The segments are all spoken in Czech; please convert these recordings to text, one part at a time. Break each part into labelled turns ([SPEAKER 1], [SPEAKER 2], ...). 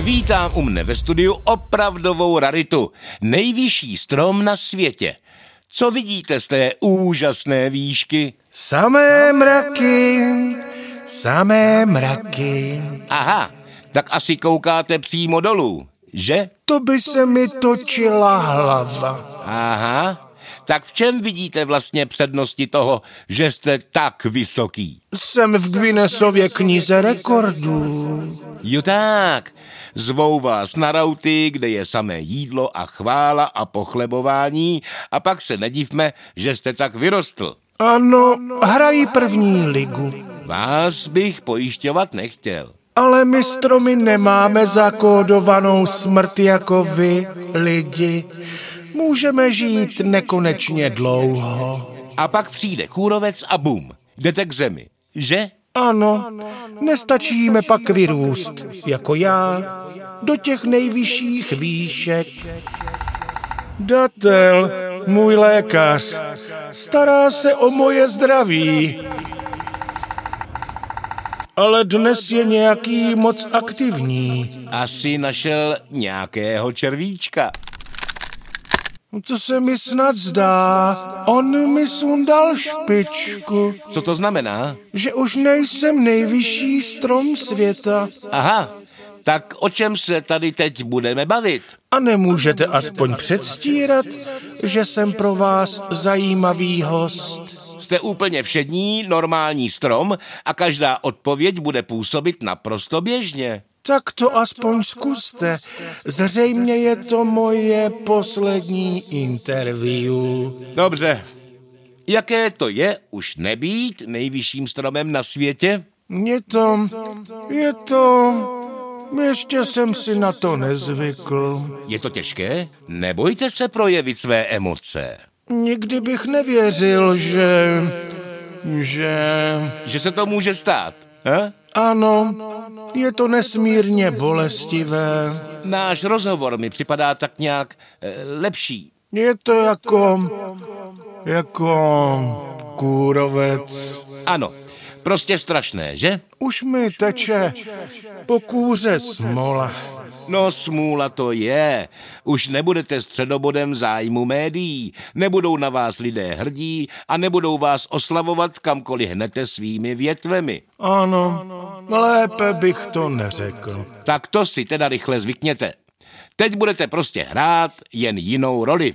[SPEAKER 1] Vítám u mne ve studiu opravdovou raritu. Nejvyšší strom na světě. Co vidíte z té úžasné výšky?
[SPEAKER 2] Samé mraky, samé mraky.
[SPEAKER 1] Aha, tak asi koukáte přímo dolů, že?
[SPEAKER 2] To by se mi točila hlava.
[SPEAKER 1] Aha, tak v čem vidíte vlastně přednosti toho, že jste tak vysoký?
[SPEAKER 2] Jsem v Guinnessově knize rekordů.
[SPEAKER 1] Jo tak, zvou vás na rauty, kde je samé jídlo a chvála a pochlebování a pak se nedívme, že jste tak vyrostl.
[SPEAKER 2] Ano, hrají první ligu.
[SPEAKER 1] Vás bych pojišťovat nechtěl.
[SPEAKER 2] Ale my stromy nemáme zakódovanou smrt jako vy, lidi. Můžeme žít nekonečně dlouho.
[SPEAKER 1] A pak přijde kůrovec a bum, jdete k zemi, že?
[SPEAKER 2] Ano, nestačíme pak vyrůst, jako já, do těch nejvyšších výšek. Datel, můj lékař, stará se o moje zdraví. Ale dnes je nějaký moc aktivní.
[SPEAKER 1] Asi našel nějakého červíčka.
[SPEAKER 2] To se mi snad zdá. On mi sundal špičku,
[SPEAKER 1] Co to znamená?
[SPEAKER 2] že už nejsem nejvyšší strom světa.
[SPEAKER 1] Aha, tak o čem se tady teď budeme bavit?
[SPEAKER 2] A nemůžete aspoň předstírat, že jsem pro vás zajímavý host.
[SPEAKER 1] Jste úplně všední, normální strom a každá odpověď bude působit naprosto běžně.
[SPEAKER 2] Tak to aspoň zkuste. Zřejmě je to moje poslední interview.
[SPEAKER 1] Dobře. Jaké to je už nebýt nejvyšším stromem na světě?
[SPEAKER 2] Je to, je to, ještě jsem si na to nezvykl.
[SPEAKER 1] Je to těžké? Nebojte se projevit své emoce.
[SPEAKER 2] Nikdy bych nevěřil, že, že...
[SPEAKER 1] Že se to může stát. Ha?
[SPEAKER 2] Ano, je to nesmírně bolestivé.
[SPEAKER 1] Náš rozhovor mi připadá tak nějak eh, lepší.
[SPEAKER 2] Je to jako, jako kůrovec.
[SPEAKER 1] Ano, prostě strašné, že?
[SPEAKER 2] Už mi teče po kůře smola.
[SPEAKER 1] No smůla to je. Už nebudete středobodem zájmu médií, nebudou na vás lidé hrdí a nebudou vás oslavovat kamkoliv hnete svými větvemi.
[SPEAKER 2] Ano, lépe bych to neřekl.
[SPEAKER 1] Tak to si teda rychle zvykněte. Teď budete prostě hrát jen jinou roli.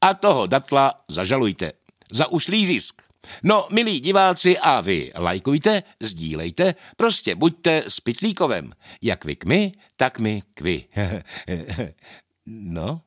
[SPEAKER 1] A toho datla zažalujte. Za ušlý zisk. No, milí diváci a vy, lajkujte, sdílejte, prostě buďte s Pitlíkovem. Jak vy k my, tak my k vy. no.